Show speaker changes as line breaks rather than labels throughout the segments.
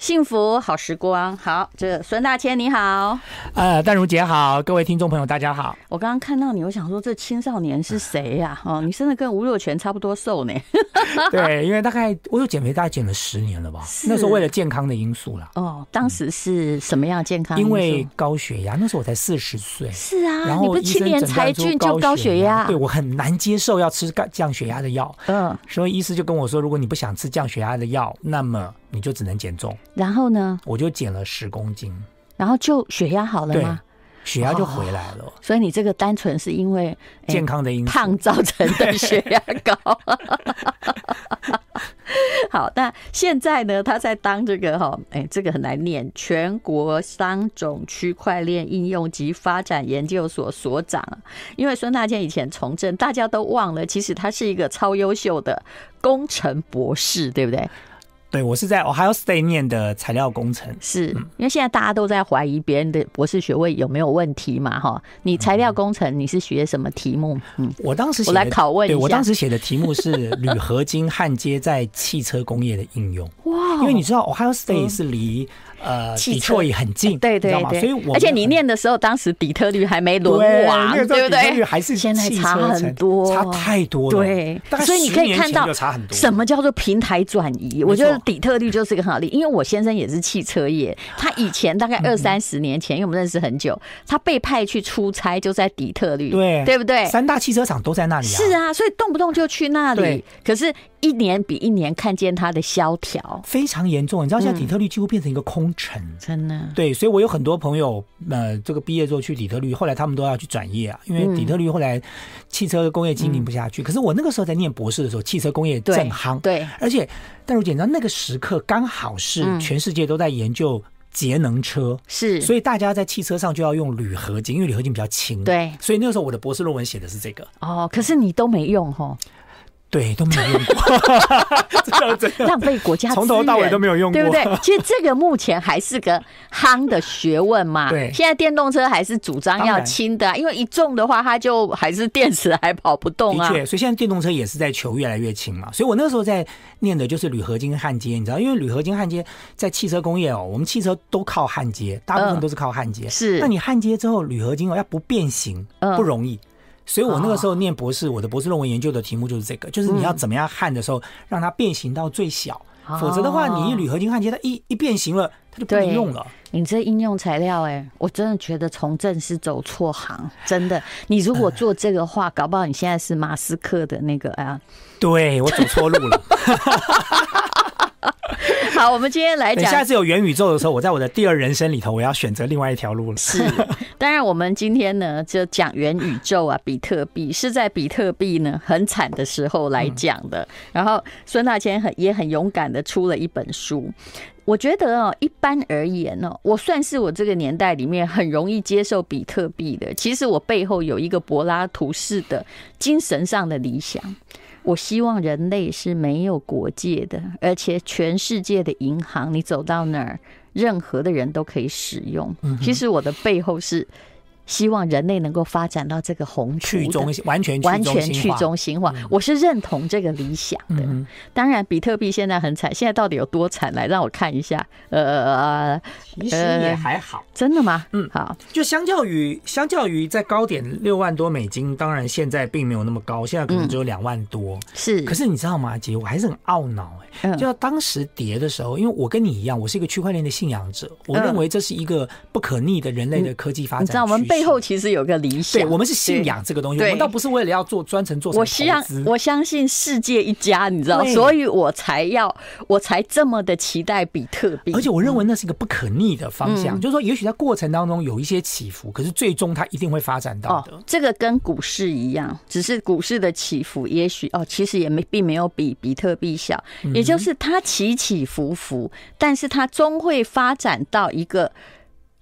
幸福好时光。好，这孙大千你好，
呃，淡如姐好，各位听众朋友大家好。
我刚刚看到你，我想说这青少年是谁 呀、哦，你真的跟吴若权差不多 瘦呢。啊
对，因为大概我有减肥，大概减了十年了吧。那时候为了健康的因素啦，
哦，当时是什么样的健康因
因
素？
为高血压，那时候我才四十岁。
是啊，
然
你
后
不是
医
青
生
年
诊
才
断
俊
出
就高血压
对？我很难接受要吃高降血压的药，
嗯，
所以医师就跟我说，如果你不想吃降血压的药，那么你就只能减重。
然后呢？
我就减了十公斤，
然后就血压好了
对
吗？
血压就回来了。
所以你这个单纯是因为、哎
健康的因 素，
胖造成的血压高。 好，那现在呢，他在当这个哈，哎，这个很难念，全国商总区块链应用及发展研究所所长啊。因为孙大千以前从政，大家都忘了，其实他是一个超优秀的工程博士，对不对？
对我是在 Ohio State 念的材料工程，
是因为现在大家都在怀疑别人的博士学位有没有问题嘛？哈，你材料工程你是学什么题目？嗯，
我当时写
我
的
来拷问一
对我
下
当时写的题目是 铝合金焊接在汽车工业的应用，
哇
因为你知道 Ohio State 是离、呃
哦汽
底
车
特也很近，
对
你
对
知道吗
对，
所以我
而且
们
你
很
念的时候，当时底特律还没沦
对
亡，
那个时候
对不
底特律
对？
还是
现在
汽车
差很
城
多，
差太多了，
对
大，概
所以你
10
可以
年
看
前
到
就差很多，
什么叫做平台转移。
错
我觉得底特律就是个好例，因为我先生也是汽车业，他以前
嗯
大概二三十年前，因为我们认识很久，他被派去出差就在底特律，
对
对不对？
三大汽车厂都在那里啊，
是啊，所以动不动就去那里
对，
可是一年比一年看见他的萧条，
非常严重，你知道
嗯
现在底特律几乎变成一个空城。
真的。
对，所以我有很多朋友，呃，这个毕业之后去底特律，后来他们都要去转业啊，因为底特
嗯
律后来汽车工业经营不下去。可是我那个时候在念博士的时候，汽车工业
对
正夯，
对，
而且但如姐，你知道那个时刻刚好是
嗯
全世界都在研究节能车，
是，
所以大家在汽车上就要用铝合金，因为铝合金比较轻。，
对
所以那个时候我的博士论文写的是这个，
哦，可是你都没用吼，
对，都没 有用过，真的真的。
浪费国家
从头到尾都没有用过
资源 对不对？其实这个目前还是个夯的学问嘛。
对
现在电动车还是主张
当
要
然
轻的啊、因为一重的话，它就还是电池还跑不动
的
啊。
确，所以现在电动车也是在求越来越轻嘛。所以我那时候在念的就是铝合金焊接，你知道，因为铝合金焊接在汽车工业哦，我们汽车都靠焊接，大部
嗯
分都是靠焊接。
是
那你焊接之后，铝合金哦要不变形
嗯
不容易。所以我那个时候念博士，我的博士论文研究的题目就是这个，就是你要怎么样焊的时候让它变形到最小，否则的话，
哦
你一铝合金焊接它一一变形了，它就不能
对
用了。
你这应用材料、哎，我真的觉得从政是走错行，真的。你如果做这个话，搞不好你现在是马斯克的那个 啊。
对我走错路 了。
好，我们今天来哎
等
讲
下次有元宇宙的时候，我在我的第二人生里头，我要选择另外一条路了。
是，当然我们今天呢，就讲元宇宙啊，比特币是在比特币呢很惨的时候来
嗯
讲的。然后孙大千很也很勇敢的出了一本书。我觉得哦，一般而言哦，我算是我这个年代里面很容易接受比特币的。其实我背后有一个柏拉图式的精神上的理想，我希望人类是没有国界的，而且全世界的银行，你走到哪儿，任何的人都可以使用。
嗯
其实我的背后是希望人类能够发展到这个宏图
去
的
中心，完全去
完
中
全
心
去
化。嗯
中心化，我是认同这个理想的。
哼
当然，比特币现在很惨，现在到底有多惨？来让我看一下。呃，
其实也还好，
真的吗？
嗯，
好，
就相较于相较于在高点六万多美金，当然现在并没有那么高，现在可能只有两万多。
嗯是
可是你知道吗，姐，我还是很懊恼哎、
嗯
就当时跌的时候，因为我跟你一样，我是一个区块链的信仰者，我
嗯
认为这是一个不可逆的人类的科技发展
你
趋势。
知道嗯我们背后其实有个理想，
对，我们是信仰这个东西，
对
我们倒不是为了要做专程做什
我
么
希望
投资
我相信世界一家，你知道，
对
所以我才要，我才这么的期待比特币。
而且我认为那是一个不可逆的方
嗯
向，就是说，也许在过程当中有一些起伏，可是最终它一定会发展到
哦
的。，
这个跟股市一样，只是股市的起伏，也许哦，其实也没并没有比比特币小，
嗯
也就是它起起伏伏，但是它终会发展到一个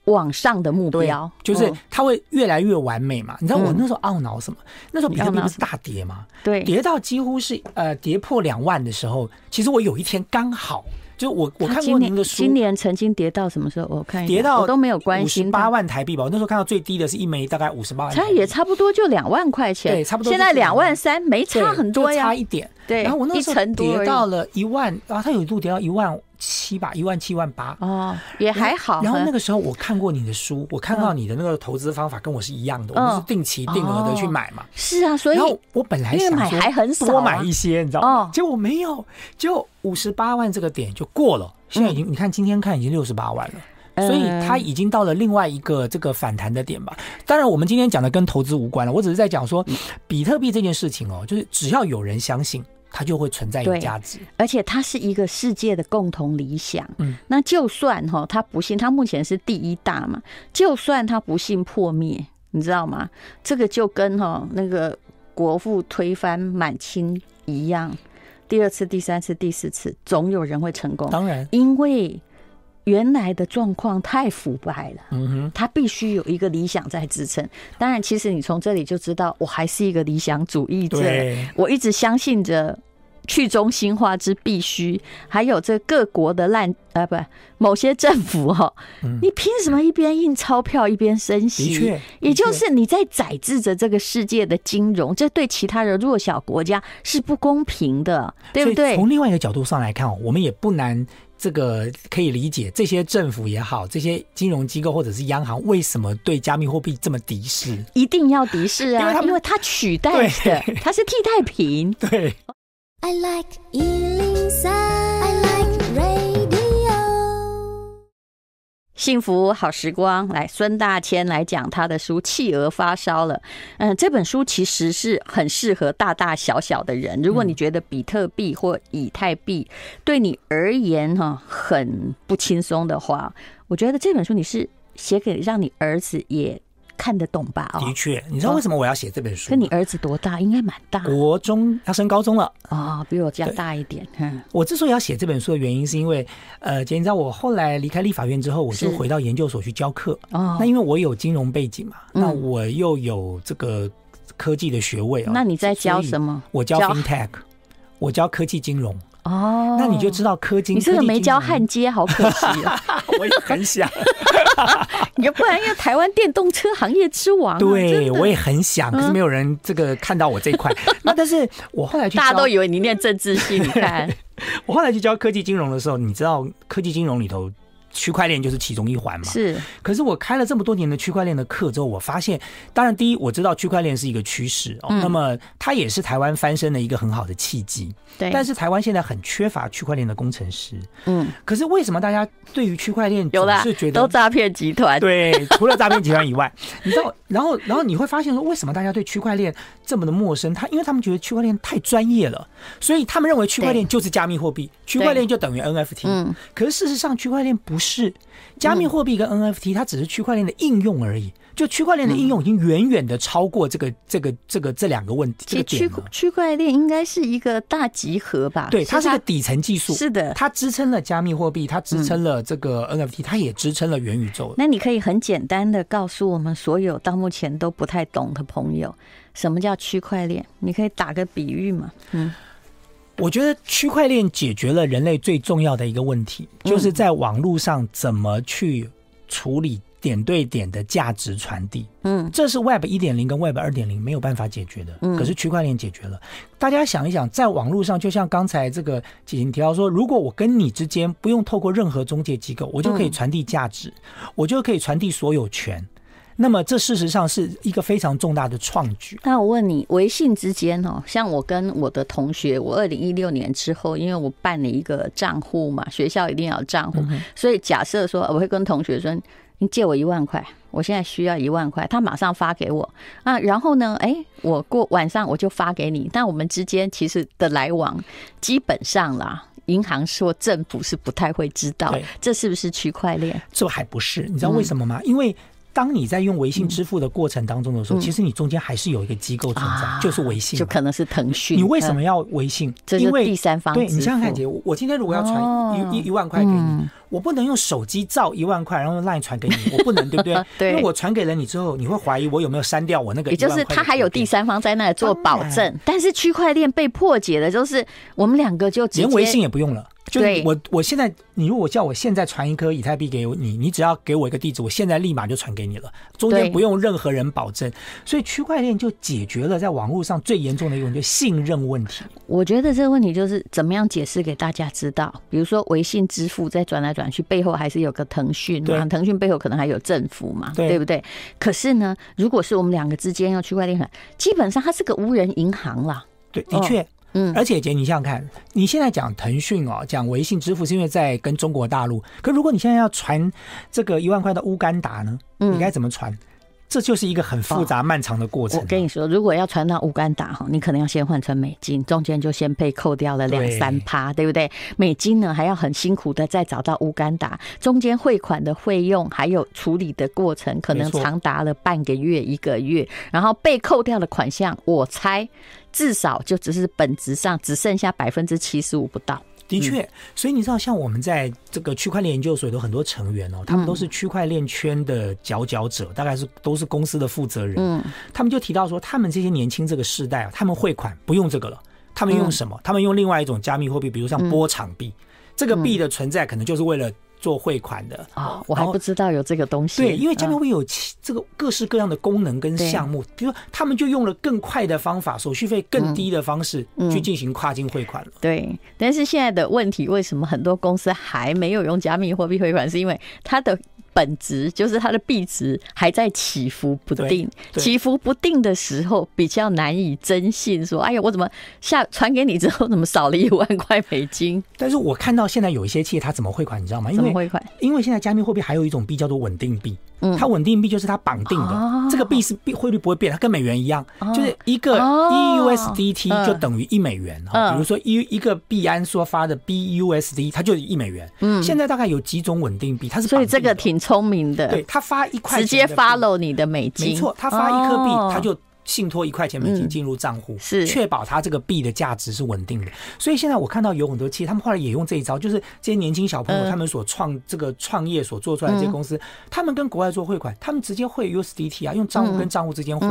往上的目
对
标，
就是
嗯
它会越来越完美嘛。你知道我那时候懊恼什么？那时候比特
你
币
懊恼
不
什
是大跌嘛，
对，
跌到几乎是呃跌破两万的时候，其实我有一天刚好，就我我
它
看
啊今
过您
年
的
今
书，
年曾经跌到什么时候？我看一下
跌到
我都没有关
五十
心
八
它，
万台币吧。我那时候看到最低的是一枚大概五十八万台
它
币，
也差不多就两万块钱，
对差不多
现
就
在
是
两
两
万
万
三，没
对
差很多
就
呀
差，一点。
对，
然后我那
一
时候
成多而
跌
已
啊到了一万，然后它有一度跌到一万七吧，一万七万八。
哦，也还好。嗯
然后那个时候我看过你的书，我看到你的那个投资方法跟我是一样的，我们是定期定额
哦
的去买嘛。
是啊，所以
然后我本来
因为
想
买
说
还很少啊
多买一些，你知道吗
哦？
结果没有，结果五十八万这个点就过了。现在已经，
嗯
你看今天看已经六十八万了，所以它已经到了另外一个这个反弹的点吧。当然，我们今天讲的跟投资无关了，我只是在讲
嗯
说，比特币这件事情哦，就是只要有人相信，它就会存在有
对
价值。
而且它是一个世界的共同理想。
嗯，
那就算哈他不信，他目前是第一大嘛，就算他不信破灭，你知道吗？这个就跟哈那个国父推翻满清一样，第二次、第三次、第四次，总有人会成功，
当然，
因为原来的状况太腐败了。
嗯哼，
他必须有一个理想在支撑。当然，其实你从这里就知道，我还是一个理想主义者。
对，
我一直相信着去中心化之必须，还有这各国的烂呃不某些政府哈、
嗯
你凭什么一边印钞票一边升
的
息？
确，
也就
的确
是你在宰制着这个世界的金融，这对其他的弱小国家是不公平的，对不
所以
对？
从另外一个角度上来看哦，我们也不难这个可以理解，这些政府也好，这些金融机构或者是央行为什么对加密货币这么敌 视？
一定要敌视
因为他
啊，
们
因为它取代的，它是替代品。
对，
I like Ealing Sound. I like radio.
幸福好时光，来孙大千来讲他的书《企鹅发烧了》。嗯，这本书其实是很适合大大小小的人。如果你觉得比特币或以太币对你而言哈、很不轻松的话，我觉得这本书你是写给让你儿子也看得懂吧？
的
哦，
确，你知道为什么我要写这本书
跟你
吗？
儿子多大？应该蛮大
国中要升高中了，
哦，比我家大一点。嗯，
我之所以要写这本书的原因，是因为，呃，姐，你知道我后来离开立法院之后，我就是回到研究所去教课。
哦
那，因为我有金融背景嘛，那
嗯
我又有这个科技的学位哦。
那你在教
所
什
以
么？
我教
教
FinTech，我教科技金融。
哦，
那你就知道科金，
你这个
科技
没
金
教
融
焊接，好可惜哦。
我也 很想，
你要不然要台湾电动车行业之王、啊，真
对
的嗯
我也很想，可是没有人这个看到我这一 块。那但是我后来去
大家
教
都，以为你念政治系，你 看
我后来去教科技金融的时候，你知道科技金融里头区块链就是其中一环嘛。
是
可是我开了这么多年的区块链的课之后，我发现，当然第一我知道区块链是一个趋势哦，
嗯
那么它也是台湾翻身的一个很好的契机。
对，
但
是
是台湾现在很缺乏区块链的工程师，
嗯，
可是为什么大家对于区块链
有
总
啦
是觉，得
都诈骗集 团，
对，除了诈骗集团以外， 你知道，然后然后你会发现说，为什么大家对区块链这么的陌生？他因为他们觉得区块链太专业了，所以他们认为区块链就是加密货币，区块链就等于 NFT。
嗯，
可是事实上，区块链不是加密货币跟 NFT，它只是区块链的应用而已。就区块链的应用已经远远的超过这个这个这个这两个问题
嗯其
这个
实
点
区
了。
区块链应该是一个大集合吧？
对，它是个
哦它
底层技术，
是嗯的。
它支撑了加密货币，它支撑了这个 NFT，它也支撑了元宇宙。
那你可以很简单的告诉我们所有到目前都不太懂的朋友，什么叫区块链？你可以打个比喻嘛？嗯，
我觉得区块链解决了人类最重要的一个问题，
嗯
就是在网络上怎么去处理点对点的价值传递。
嗯，
这是 Web 一点零跟 Web 二点零没有办法解决的，
嗯
可是区块链解决了。大家想一想，在网络上，就像刚才这个姐姐你提到说，如果我跟你之间不用透过任何中介机构，我就可以传递价值，
嗯
我就可以传递所有权。那么，这事实上是一个非常重大的创举。
那我问你，微信之间哦，像我跟我的同学，我二零一六年之后，因为我办了一个账户嘛，学校一定要有账
嗯
户，所以假设说我会跟同学说，你借我一万块，我现在需要一万块，他马上发给我啊，然后呢，哎，我过晚上我就发给你，但我们之间其实的来往基本上啦。银行说政府是不太会知道
对，
这是不是区块链？
这还不是，你知道
嗯
为什么吗？因为当你在用微信支付的过程当中的时候，其实你中间还是有一个机构存在，
嗯啊
就是微信嘛。
就可能是腾讯。
你为什
嗯？
么要微信？
这是
因为
第三方
对你
支
想想看，
付
姐，我我今天如果要传
哦
一一一万块给你
嗯，
我不能用手机照一万块，然后用 Line 传给你，我不能，对不 对？
对
因为我传给了你之后，你会怀疑我有没有删掉我那个
也
1万块的图片。
就是他还有第三方在那里做保
当
证，但是区块链被破解的，就是我们两个就直接
连微信也不用了，就是
对
我我现在，你如果叫我现在传一颗以太币给你，你只要给我一个地址，我现在立马就传给你了，中
对
间不用任何人保证。所以区块链就解决了在网络上最严重的一个问题，就信任问题。
我觉得这个问题就是怎么样解释给大家知道。比如说微信支付再转来转去，背后还是有个腾讯嘛，
对
腾讯背后可能还有政府嘛，
对
对不对？可是呢，如果是我们两个之间要区块链，基本上它是个无人银行啦。
对，的确。
嗯
而且姐，你想想看，你现在讲腾讯哦，讲微信支付是因为在跟中国大陆，可如果你现在要传这个一万块到乌干达呢，
嗯
你该怎么传？这就是一个很复杂漫长的过程
哦我
啊。
跟你说，如果要传到乌干达哈，你可能要先换成美金，中间就先被扣掉了两
对
三趴，对不对？美金呢还要很辛苦的再找到乌干达，中间汇款的费用还有处理的过程，可能
没错
长达了半个月一个月，然后被扣掉的款项，我猜至少就只是本质上只剩下百分之七十五不到。
的
嗯
确，所以你知道，像我们在这个区块链研究所有很多成员哦，他
嗯
们都是区块链圈的佼佼者，大概是都是公司的负责人。
嗯，
他们就提到说，他们这些年轻这个世代啊，他们汇款不用这个了，他们用
嗯
什么？他们用另外一种加密货币，比如像波场币。这个币的存在可能就是为了做汇款的
啊、我还
然后
不知道有这个东西。
哦对，因为加
嗯
密货币有其这个各式各样的功能跟
对
项目，比如说他们就用了更快的方法，手续费
嗯
更低的方式去进行跨境汇款了。
对，但是现在的问题，为什么很多公司还没有用加密货币汇款？是因为它的本质就是它的币值还在起伏不定，
对对
起伏不定的时候比较难以征信。说，哎呀，我怎么下传给你之后，怎么少了一万块美金？
但是我看到现在有一些企业它怎么汇款，你知道吗？ 因
怎么汇
为
嗯款？
因为现在加密货币还有一种币叫做稳定币，它稳定币就是它绑定的，
哦
这个币是币汇率不会变，它跟美元一样，就是一个 E
哦
EUSDT 就等于一美元哈、
嗯
比如说一一个币安所发的 BUSD，它就是一美元。现在大概有几种稳定币，它是
嗯所以
绑定
这个
的
挺聪明
对，
的，
它发一块
直接
钱的币
follow 你的美金。
没错，他发一颗币，
哦嗯
他就信托一块钱美金进入账户，
是
确保他这个币的价值是稳定的。所以现在我看到有很多企业，他们后来也用这一招，就是这些年轻小朋友
嗯
他们所创这个创业所做出来的这些公司，他们跟国外做汇款，他们直接汇 USDT 啊，用账
嗯
户跟账户之间汇。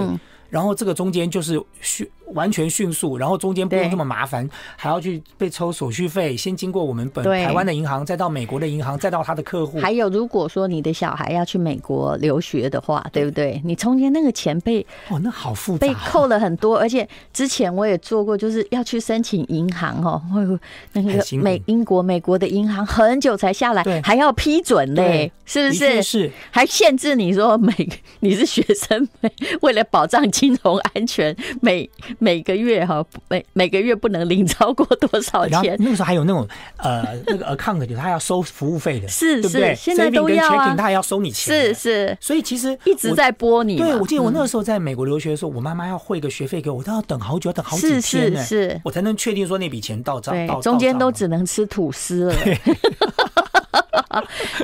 然后这个中间就是迅完全迅速，然后中间不用
对
这么麻烦，还要去被抽手续费，先经过我们本
对
台湾的银行，再到美国的银行，再到他的客户。
还有，如果说你的小孩要去美国留学的话，对不对？你中间那个钱被
哦，那好复杂、
被
哦。
扣了很多，而且之前我也做过，就是要去申请银行哦， 会那
很
个
辛苦
美英国、美国的银行很久才下来
对，
还要批准嘞
对，
是不
的确
是？
是
还限制你说每你是学生，每为了保障金融安全，每每个月哈每每个月不能领超过多少
然后
钱？
那个时候还有那种呃那个 account 就是他要收服务费 的，
是
对不对
是现在
Saving
都
跟
要啊
checking 他还要收你钱，
是。是，
所以其实
一直
我。
在拨你嘛。
对，我记得我
嗯
那个时候在美国留学的时候，我妈妈要汇个学费给我，我都要等好久，要等好
是
几天
是
呢，
是
我才能确定说那笔钱到账。到
对，
到
中间
账
都
了
只能吃吐司了。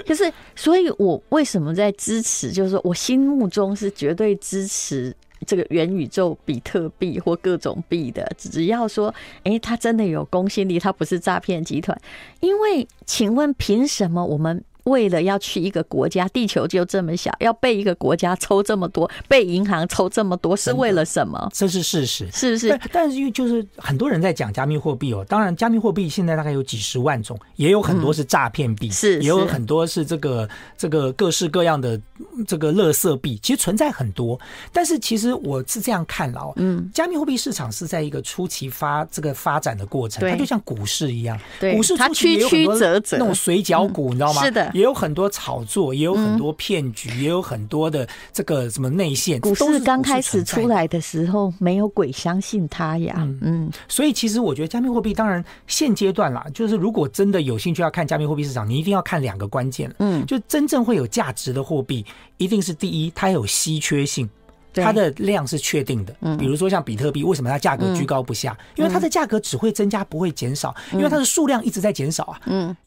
就是，所以我为什么在支持？就是说我心目中是绝对支持这个元宇宙、比特币或各种币的，只要说，诶，它真的有公信力，它不是诈骗集团。因为，请问凭什么我们？为了要去一个国家，地球就这么小，要被一个国家抽这么多，被银行抽这么多，是为了什么？
这是事实。
是不是
但？哎但是因为就是很多人在讲加密货币哦，当然加密货币现在大概有几十万种，也有很多是诈骗币，
嗯是
也有
是
很多是这个这个各式各样的嗯这个垃圾币，其实存在很多。但是其实我是这样看了哦，嗯，加密货币市场是在一个初期发这个发展的过程，
对
它就像股市一样，
对
股市
它
初期也有很
曲
多
曲折折嗯
那种水饺股，你知道吗？
是的嗯
也有很多炒作，也有很多骗局，也有很多的这个什么内线，
股
都是
市刚开始
存在
出
的
来的时候，没有鬼相信它呀。嗯，
所以其实我觉得加密货币，当然现阶段啦，就是如果真的有兴趣要看加密货币市场，你一定要看两个关键。
嗯，
就真正会有价值的货币，一定是第一，它有稀缺性。
对嗯
它的量是确定的，比如说像比特币，为什么它价格居高不下？因为它的价格只会增加，不会减少，因为它的数量一直在减少啊。
嗯，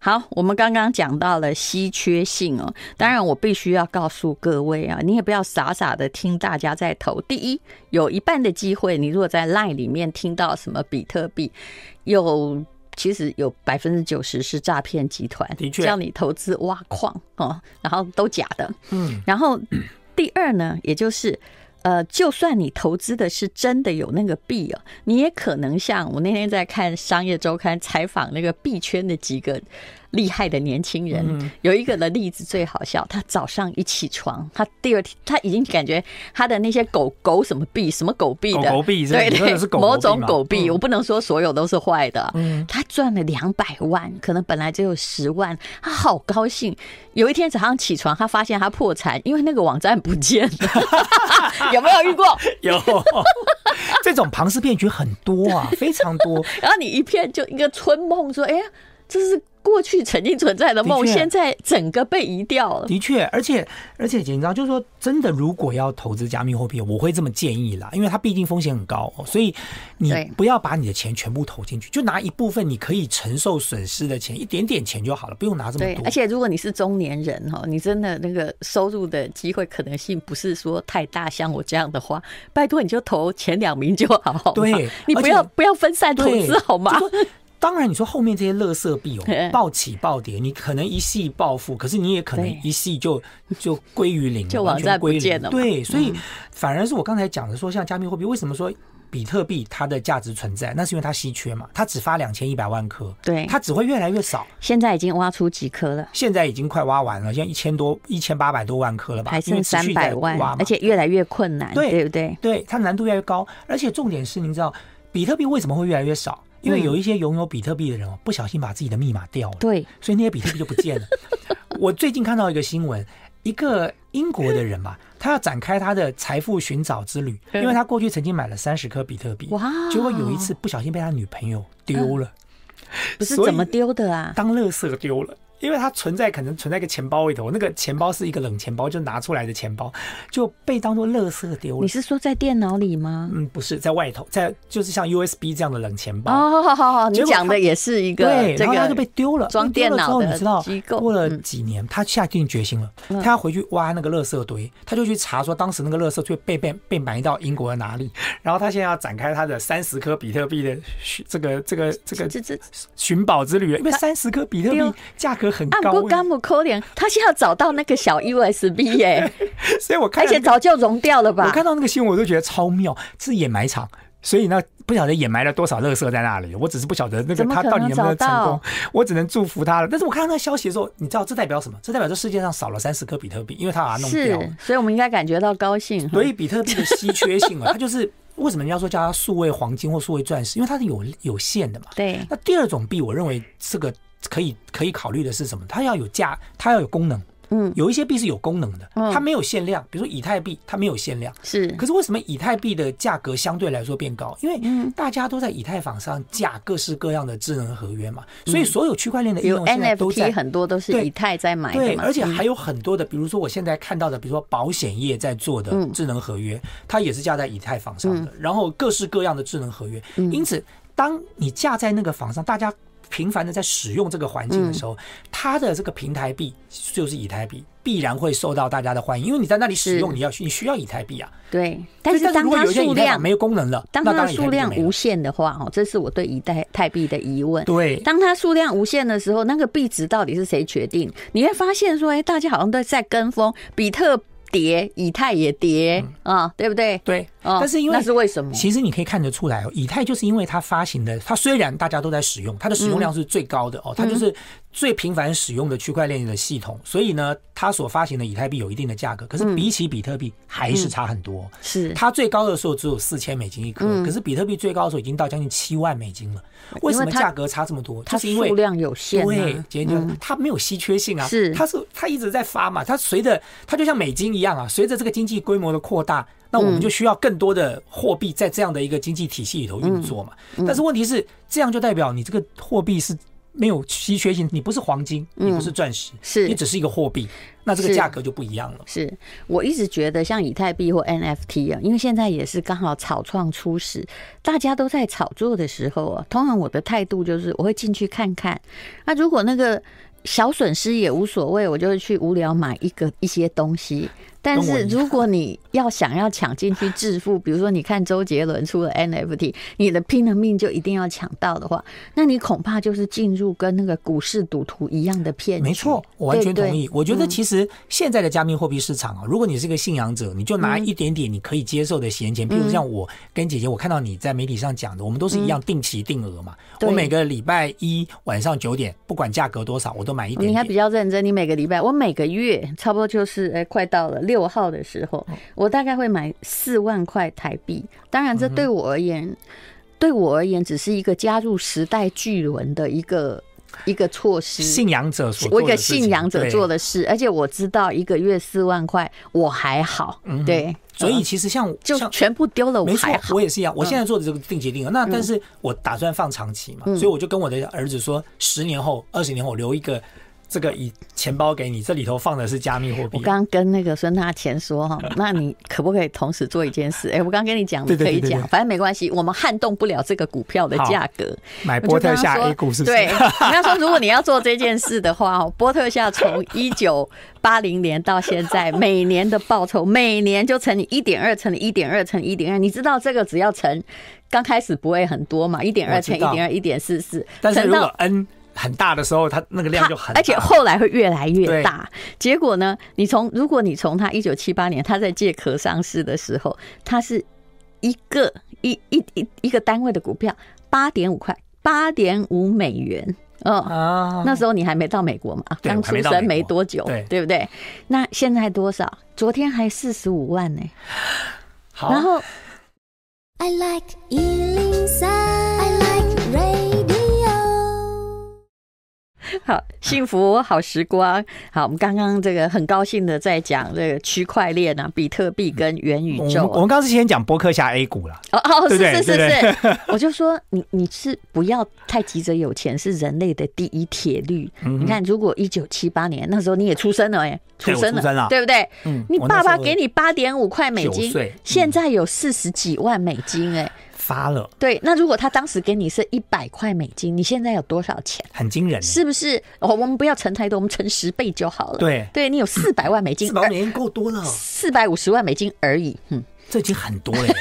好，我们刚刚讲到了稀缺性哦，当然我必须要告诉各位啊，你也不要傻傻的听大家在投。第一，有一半的机会，你如果在 LINE 里面听到什么比特币，有其实有百分之九十是诈骗集团，
的确
叫你投资挖矿哦，然后都假的。
嗯，
然后第二呢，也就是呃，就算你投资的是真的有那个币哦，你也可能像我那天在看《商业周刊》采访那个币圈的几个厉害的年轻人，
嗯
有一个的例子最好笑。他早上一起床，他第二天他已经感觉他的那些狗狗什么币什么狗币的
狗狗币是
对
你说
对
的是狗狗币
某
吗
种狗币，
嗯
我不能说所有都是坏的。
嗯
他赚了两百万，可能本来只有十万，他好高兴。有一天早上起床，他发现他破产，因为那个网站不见 了。 有没有遇过？
有 这种庞氏骗局很多啊，非常多。
然后你一片就一个春梦，说：“哎呀，这是过去曾经存在的梦，
的确
现在整个被移掉了。
的确，而且而且，姐你知道，就是说，真的，如果要投资加密货币，我会这么建议啦，因为它毕竟风险很高、哦，所以你
对
不要把你的钱全部投进去，就拿一部分你可以承受损失的钱，一点点钱就好了，不用拿这么
对，
多。
而且如果你是中年人哈，你真的那个收入的机会可能性不是说太大，像我这样的话，拜托你就投前两名就好，好吗
对
你不要
而且
不要分散投
对
资好吗？
就说当然，你说后面这些垃圾 币
对
哦，暴起暴跌，你可能一系暴富，可是你也可能
对
一系就就归于零 了，
就
完
网
全
站不
归零
见了嘛嗯
对，所以反而是我刚才讲的说，像加密货币，为什么说比特币它的价值存在？那是因为它稀缺嘛，它只发两千一百万颗，
对
它只会越来越少。
现在已经挖出几颗了，
现在已经快挖完了，现在一千多、一千八百多万颗了吧？
还
因
剩
为持
三
续在
百万
挖嘛，
而且越来越困难，
对
对不对？
对，它难度越来越高，而且重点是，您知道比特币为什么会越来越少？因为有一些拥有比特币的人哦，不小心把自己的密码掉了，
嗯对，
所以那些比特币就不见了。 我最近看到一个新闻，一个英国的人嘛，他要展开他的财富寻找之旅，因为他过去曾经买了三十颗比特币，
嗯哇哦嗯
结果有一次不小心被他女朋友丢了，
不是
所以
怎么丢的啊？
当垃圾丢了。因为它存在，可能存在一个钱包里头，那个钱包是一个冷钱包，就拿出来的钱包，就被当做垃圾丢了
你。是说在电脑里吗？
嗯，不是在外头，在就是像 USB 这样的冷钱包。
哦，好好好，你
嗯结果
讲
他
的也是一个
对，
这
然后他就被
个
丢了。
装
被丢了
电
之
脑
后
的
你知道
机构
过了
嗯
几年，他下定决心了，他要回去挖那个垃圾堆，他就去查说当时那个垃圾堆被被被埋到英国的哪里。 然后他现在要展开他的三十颗比特币的寻这个这个这个
这这
寻宝之旅，因为三十颗比特
丢
币价格很
啊，不
高欸
过，甘姆可怜，他现在找到那个小 USB 耶、
所以我看
而
了
且
那个
早就融掉了
我
吧？
看到那个新闻，我都觉得超妙，是掩埋场。所以呢，不晓得掩埋了多少垃圾在那里，我只是不晓得那个
怎么
他
可
到底
能
能不能
找
成
到
功，我只能祝福他了。但是我看到那个消息的时候，你知道这代表什么？这代表这世界上少了三十颗比特币，因为他把它弄
是
掉了。，
所以我们应该感觉到高兴。
所以比特币的稀缺性 啊，它就是为什么人家说叫它数位黄金或数位钻石，因为它是有有限的嘛。
对，
那第二种币，我认为这个可以可以考虑的是什么？它要有价，它要有功能。
嗯，
有一些币是有功能的，
嗯
它没有限量，比如说以太币，它没有限量。
是
可是为什么以太币的价格相对来说变高？因
嗯
为大家都在以太坊上架各式各样的智能合约嘛，所以所有区块链的应
嗯有
用现在都
NFT
在。
很多都是
对
以太在买
对，
的嘛，嗯
而且还有很多的，比如说我现在看到的，比如说保险业在做的
嗯
智能合约，它也是架在以太坊上的，然后各式各样的智能合约。
嗯
因此，当你架在那个坊上，大家频繁的在使用这个环境的时候，
嗯
它的这个平台币就是以太币，必然会受到大家的欢迎，因为你在那里使
是
用，你要你需要以太币啊。
对，
所
但
以
是
但
当
如果
它
有一些
数
以太坊
量
没有功能了，
当
那
它的
然以太
数
币就
量
没了
无限的话，哦，这是我对以太太币的疑问。
对
当它数量无限的时候，那个币值到底是谁决定？你会发现说，哎、大家好像都在跟风，比特跌，以太也跌、啊，对不对？
对，
啊，
嗯但是因为
那是为什么？
其实你可以看得出来哦，以太就是因为它发行的，它虽然大家都在使用，它的使用量是最
嗯
高的哦，它就是最频繁使用的区块链的系统，所以呢，它所发行的以太币有一定的价格，可
嗯
是比起比特币还是差很多。
是
它最高的时候只有四千美金一颗，可是比特币最高的时候已经到将近七万美金了。为什么
嗯它
价格差这么多？
它
就是因为
数量有限、啊，
对，姐姐，它没有稀缺性啊，
是
它是它一直在发嘛，它随着它就像美金一样啊，随着这个经济规模的扩大，那我
嗯
们就需要更多的货币在这样的一个经济体系里头运作嘛。
嗯
但是问题是，这样就代表你这个货币是。没有稀缺性，你不是黄金，你不是钻石，
嗯是
你只是一个货币，那这个
是
价格就不一样了。
是我一直觉得像以太币或 NFT 啊，因为现在也是刚好草创初始，大家都在炒作的时候啊，通常我的态度就是我会进去看看。那如果那个小损失也无所谓，我就会去无聊买一个一些东西。但
哦跟我
是
一样
如果你要想要抢进去致富，比如说你看周杰伦出了 NFT，你的拼了命就一定要抢到的话，那你恐怕就是进入跟那个股市赌徒一样的骗局。
没错，我完全
对嗯
同意。。我觉得其实现在的加密货币市场啊，如果你是个信仰者，你就
嗯
拿一点点你可以接受的闲钱，譬如像我跟姐姐，我看到你在媒体上讲的，我们都是一样定期定额嘛。
嗯对
我每个礼拜一晚上九点，不管价格多少，我都买一
对哦
点
你还比
点。
较认真，你每个礼拜，我每个月差不多就是，哎、快到了六号的时候，
哦
我大概会买四万块台币。当然，这对我而言，对我而言只是一个加入时代巨轮的一个一个措施。
信仰者所
我
做
一
的
个
事情
信仰者做
对
的事，而且我知道一个月四万块，我还好，对，
嗯所以
呃
其实像
就
像
全部丢了，我
没错
还，好嗯
我。也是一样。我现在做的这个定期定额，那但是我打算放长期
嗯
嘛，所以我就跟我的儿子说，十年后、二十年后我留一个这个以钱包给你，这里头放的是加密货
我
币。
刚刚跟那个孙大钱说 哈，那你可不可以同时做一件事？哎，我刚跟你讲，你
对对
可
对
以
对
讲，
对
反正没关系，我们撼动不了这个股票的
好哎
价格。
买
我就跟他说对，人家说如果你要做这件事的话，哦 波特夏从一九八零年到现在，每年的报酬每年就乘以一点二，乘以一点二，乘以一点二。你知道这个只要乘，刚开始不会很多嘛，一点二
我
乘
知
一
道
点二，一点四四，
但是
乘
如果
到
n 很大的时候，它那个量就
它
很大，
而且后来会越来越
对
大。结果呢，你从如果你从他一九七八年他在借壳上市的时候，他是一个一一一一个单位的股票八点五块，八点五美元，嗯。
啊，
那时候你还没到美国嘛，啊
对
刚
我还
出
没到
生没
美国
多久，
对
不对？那现在多少？昨天还四十五万呢、
好
然后
I like Ealing Sound. I like radio.
好幸福好时光，好，我们刚刚这个很高兴的在讲这个区块链啊，比特币跟元宇
嗯我们
宙
我
啊、
们刚之前讲博客下 A 股了，
哦哦，是
对不对
是是
对
是， 我就说你你是不要太急着有钱，是人类的第一铁律。你看，如果一九七八年那时候你也出生了、哎，
嗯对我
生
出生
了
了，
对不对？
嗯
你
我那
爸爸
时候
给你八点五块美金
9岁，嗯
现在有四十几万美金、哎，
发了，
对。那如果他当时给你是一百块美金，你现在有多少钱？
很惊人欸，
是不是？哦我们不要乘太多，我们乘十倍就好了。
对
对你有四百万美金呃
四，百年够多了，
四百五十万美金而已。嗯，
这已经很多 了耶，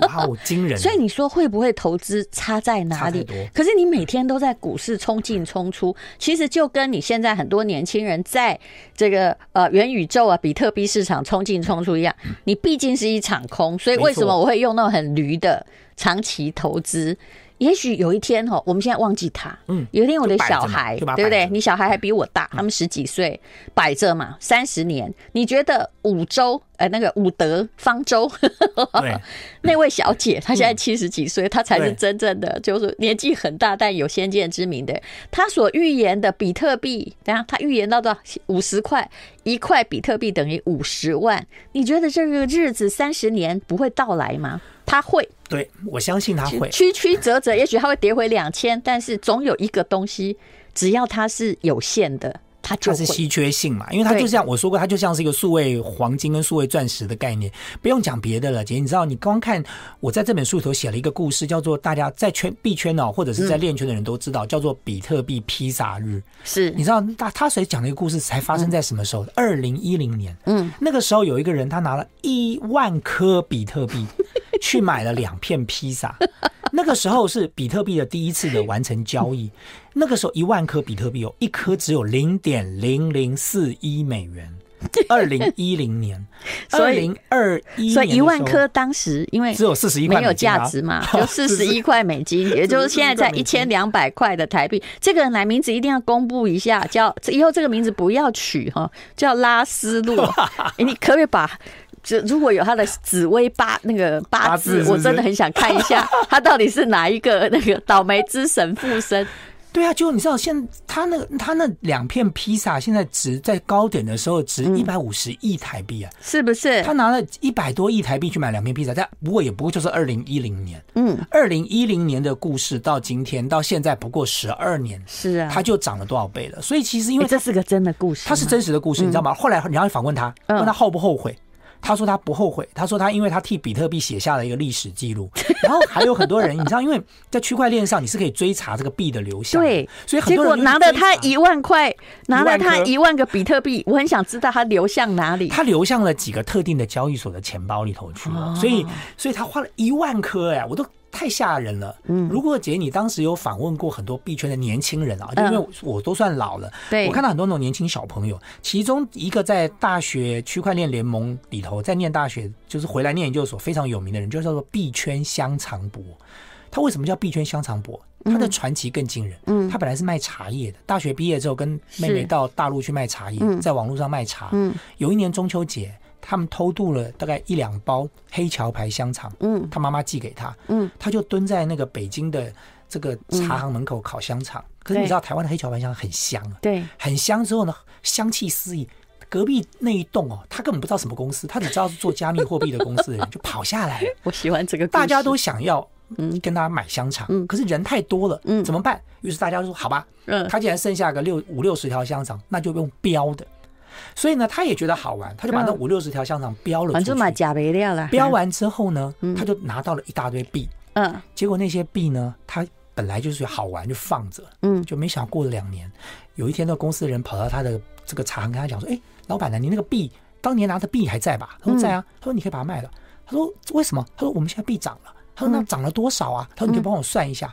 哇哦，惊人，
所以你说会不会投资差在哪里
差太多？
可是你每天都在股市冲进冲出，其实就跟你现在很多年轻人在这个呃元宇宙啊、比特币市场冲进冲出一样，你毕竟是一场空。所以为什
没
么
错
我会用那种很驴的长期投资？也许有一天哦哈，我们现在忘记它，
嗯
有一天我的小
就摆着嘛嗯
孩，
就把它
对不
摆
对？
着
你小孩还比我大，他们十几岁，摆着嘛，三十年，你觉得五洲，呃，那个伍德方舟， 哦
对，
那位小姐，她现在七十几岁，她才是
嗯对
真正的，就是年纪很大但有先见之明的。她所预言的比特币，等一下她预言到到五十块，一块比特币等于五十万。你觉得这个日子三十年不会到来吗？她会
对，我相信他会，
曲曲折折，也许它会跌回两千，但是总有一个东西，只要它是有限的，它就
它
会
是。稀缺性嘛，因为它
对
就像我说过，它就像是一个数位黄金跟数位钻石的概念，不用讲别的了，姐，你知道，你光看我在这本书里头写了一个故事，叫做大家在圈币圈哦，或者
嗯
是在链圈的人都知道，叫做比特币披萨日。
是
你知道他他谁讲的一个故事才发生在什么时候？二零一零年，
嗯，
那个时候有一个人他拿了一万颗比特币 去买了两片披萨，那个时候是比特币的第一次的完成交易，那个时候一万颗比特币有一颗只有零点零零四一美元。二零一零年，
所
二
以
零二一，
所以一万颗当时因为
只有41块
没有
美金啊
价值 嘛，就四十一块美金，也就是现在在一千两百块的台币。这个人来名字一定要公布一下，叫以后这个名字不要取哈，叫拉斯 路。诶你可不可以把？这如果有他的紫薇八那个八
八
字
字，是不
我
是
真的很想看一下他到底是哪一个那个倒霉之神附身。
对啊，就你知道，现他那他那两片披萨现在值在高点的时候值
嗯
一百五十亿台币啊，
是不是
他？拿了一百多亿台币去买两片披萨，但不过也不过就是二零一零年，
嗯，
二零一零年的故事到今天到现在不过十二年，
是啊，
它就涨了多少倍了？所以其实因
诶
为
这是个真的故事吗，嗯
它是真实的故事，你知道吗？后来人家访问他，问他后不后悔，他说他不后悔，他说他因为他替比特币写下了一个历史记录。 然后还有很多人，你知道，因为在区块链上你是可以追查这个币的流向的，
对，
所以很
结
多
果
人就去
拿了
追
他
查
一万块，拿了他
颗
一万个比特币，我很想知道他流向哪里。
他流向了几个特定的交易所的钱包里头去了，
哦
所以，所以他花了一万颗，哎，我都太吓人了。嗯，如果姐你当时有访问过很多币圈的年轻人啊，
嗯
因为我我都算老了，
对
我看到很多那种年轻小朋友，其中一个在大学区块链联盟里头在念大学，就是回来念研究所非常有名的人，就叫做币圈香肠伯。他为什么叫币圈香肠伯？
嗯
他的传奇更惊人。嗯，他本来是卖茶叶的，大学毕业之后跟妹妹
是
到大陆去卖茶叶，在网络上卖茶。
嗯，
有一年中秋节，他们偷渡了大概一两包黑桥牌香肠，
嗯
他妈妈寄给他，
嗯，
他就蹲在那个北京的这个茶行门口烤香肠。可是你
对
知道台湾的黑桥牌香很香啊，
对，
很香之后呢，香气四溢。隔壁那一栋哦，他根本不知道什么公司，他只知道是做加密货币的公司的人，就跑 下来了。
我喜欢这个故事，
大家都想要跟他买香肠，
嗯
可是人太多了，
嗯
怎么办？于是大家就说好吧，
嗯
他既然剩下个六五六十条香肠，那就用标的。所以呢，他也觉得好玩，他就把那
嗯
五六十条香肠标了
反
出
正买嗯
去。
假肥料啦，
标完之后呢，他就拿到了一大堆币。
嗯
结果那些币呢，他本来就是好玩就放着，
嗯
就没想过了两年，有一天那公司的人跑到他的这个茶行跟他讲说：“哎、老板呢、你那个币当年拿的币还在吧？”他说：“在啊。他说：“你可以把它卖了。”他说：“为什么？”他说：“我们现在币涨了。”他说：“那
嗯
涨了多少啊？”他说：“你可以帮我算一下。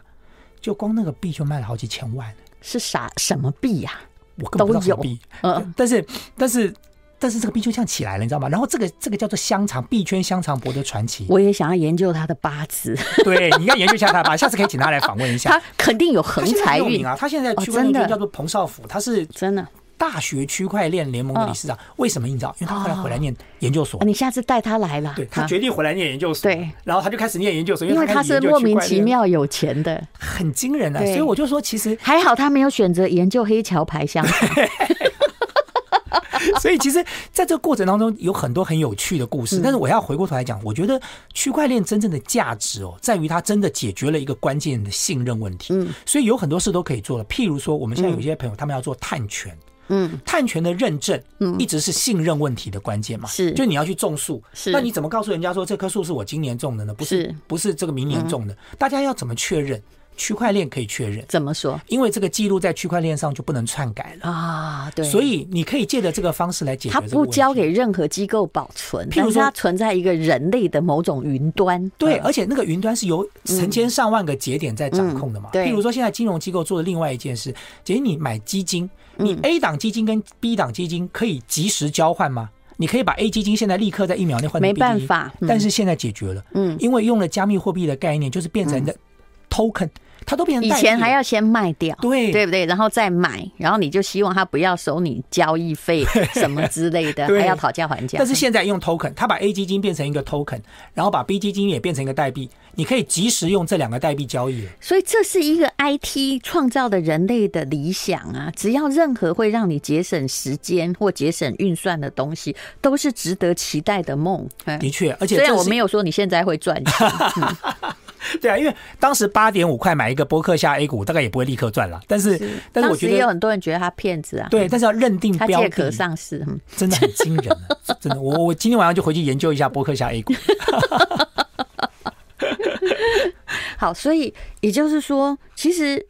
就光那个币就卖了好几千万，
是啥什么币呀？
我根本不知道什
都有
么币。
嗯，
但是，但是，但是这个币就这样起来了，你知道吗？然后这个这个叫做香肠币圈香肠博的传 奇。
我也想要研究他的八 字，
对，你应该研究一下他吧，下次可以请他来访问一下
他。肯定有横
他现在很
财
有名
运，
啊！他现在
哦
区块链
真的
圈叫做彭少辅，他是
真的。啊
大学区块链联盟的理事长。为什么你知道？因为他后来回来念研究所，
嗯哦你下次带他来啦，
对他
啊
决定回来念研究所，
对，
然后他就开始念研究所，
因为
为
他
开始
是
研究
莫
区
名
块
其
链，
妙有钱的，
很惊人啊！
对
所以我就说，其实，
还好他没有选择研究黑桥牌 香肠。
所以其实在这个过程当中有很多很有趣的故
嗯
事。但是我要回过头来讲，我觉得区块链真正的价值哦，在于它真的解决了一个关键的信任问题。嗯，所以有很多事都可以做了，譬如说，我们现在有些朋友他们要做碳权。
嗯，
碳权的认证，一直是信任问题的关键嘛。
是
就你要去种树，
是
那你怎么告诉人家说这棵树是我今年种的呢？不是，
是嗯
不是这个明年种的。大家要怎么确认？区块链可以确认，
怎么说
因为这个记录在区块链上就不能篡改了。
啊？对，
所以你可以借着这个方式来解决
它
这个
不
问题。
交给任何机构保存，
譬
但
如
是
说
它存在一个人类的某种云端。
对，
嗯
而且那个云端是由成千上万个节点在掌控的嘛
嗯。对
譬如说现在金融机构做的另外一件事，姐你买基金，
嗯
你 A 档基金跟 B 档基金可以及时交换吗？你可以把 A 基金现在立刻在一秒内换成 B
没
基
办
金，
法嗯
但是现在解决了，
嗯，
因为用了加密货币的概念，就是变成的 token，它都变成
以
代币
前还
了
要先卖掉，
对
对不对？然后再买，然后你就希望他不要收你交易费什么之类的，
对
还要讨价还价
但。是现在用 token，它把 A 基金变成一个 token，然后把 B 基金也变成一个代币，你可以及时用这两个代币交易了。
所以这是一个 IT 创造的人类的理想啊！只要任何会让你节省时间或节省运算的东西，都是值得期待的梦。嗯
的确，而且
虽然
这
我
是
没有说你现在会赚 钱，
对啊，因为当时八点五块买一个波克夏 A 股，大概也不会立刻赚了。但是，但是
当
我
时也
觉
有
得
很多人觉得他骗子啊，
对，但是要认定
他
标
借
的
壳，上市。嗯
真的很惊人啊、 真的。我我今天晚上就回去研究一下波克夏 A 股。
好，所以也就是说，其实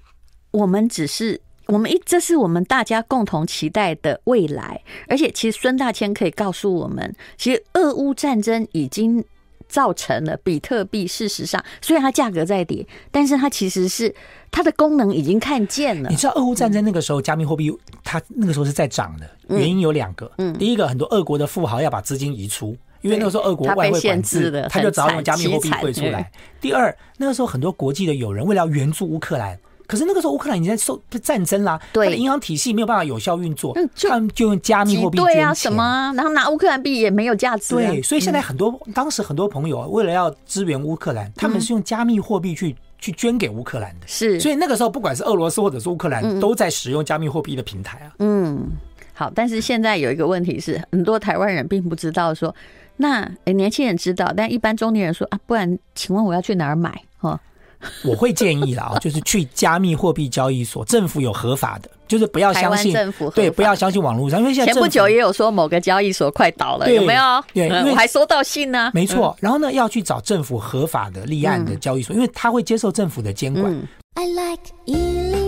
我们只是我们一，这是我们大家共同期待的未来。而且，其实孙大千可以告诉我们，其实俄乌战争已经造成了比特币，事实上虽然它价格在跌，但是它其实是它的功能已经看见了
你。知道俄乌战争那个时候，加密货币它那个时候是在涨的，
嗯
原因有两个。第一个，很多俄国的富豪要把资金移出。因为那个时候俄国
对
外
它
汇
被限
管
制
制
了，
他就只好用
很惨
加密货币
凄惨
汇出
嗯
来。第二，那个时候很多国际的友人为了要援助乌克兰，可是那个时候乌克兰已经在受战争啦，
对
它的银行体系没有办法有效运作
嗯，就
他们就用加密
挤
货币
兑啊，
捐
什
钱
么啊，然后拿乌克兰币也没有价值、啊。
对，所以现在很多、当时很多朋友为了要支援乌克兰，他
嗯
们是用加密货币去去捐给乌克兰的。
是，
所以那个时候，不管是俄罗斯或者是乌克兰，都在使用加密货币的平台啊。
嗯，好，但是现在有一个问题是，很多台湾人并不知道说，那、诶年轻人知道，但一般中年人说啊，不然请问我要去哪儿买？哦，
哦我会建议啦，就是去加密货币交易所，政府有合法的，就是不要
台
相
湾
信，
政府合
对，不要
法
相信网络上，因为现在
前不
政府
久也有说某个交易所快倒了，
对
有没有？
对
嗯
因为
我还收到信呢。嗯
没错，然后呢，要去找政府合法的立案的交易所，因为他会接受政府的监管。
嗯，
I like Ealing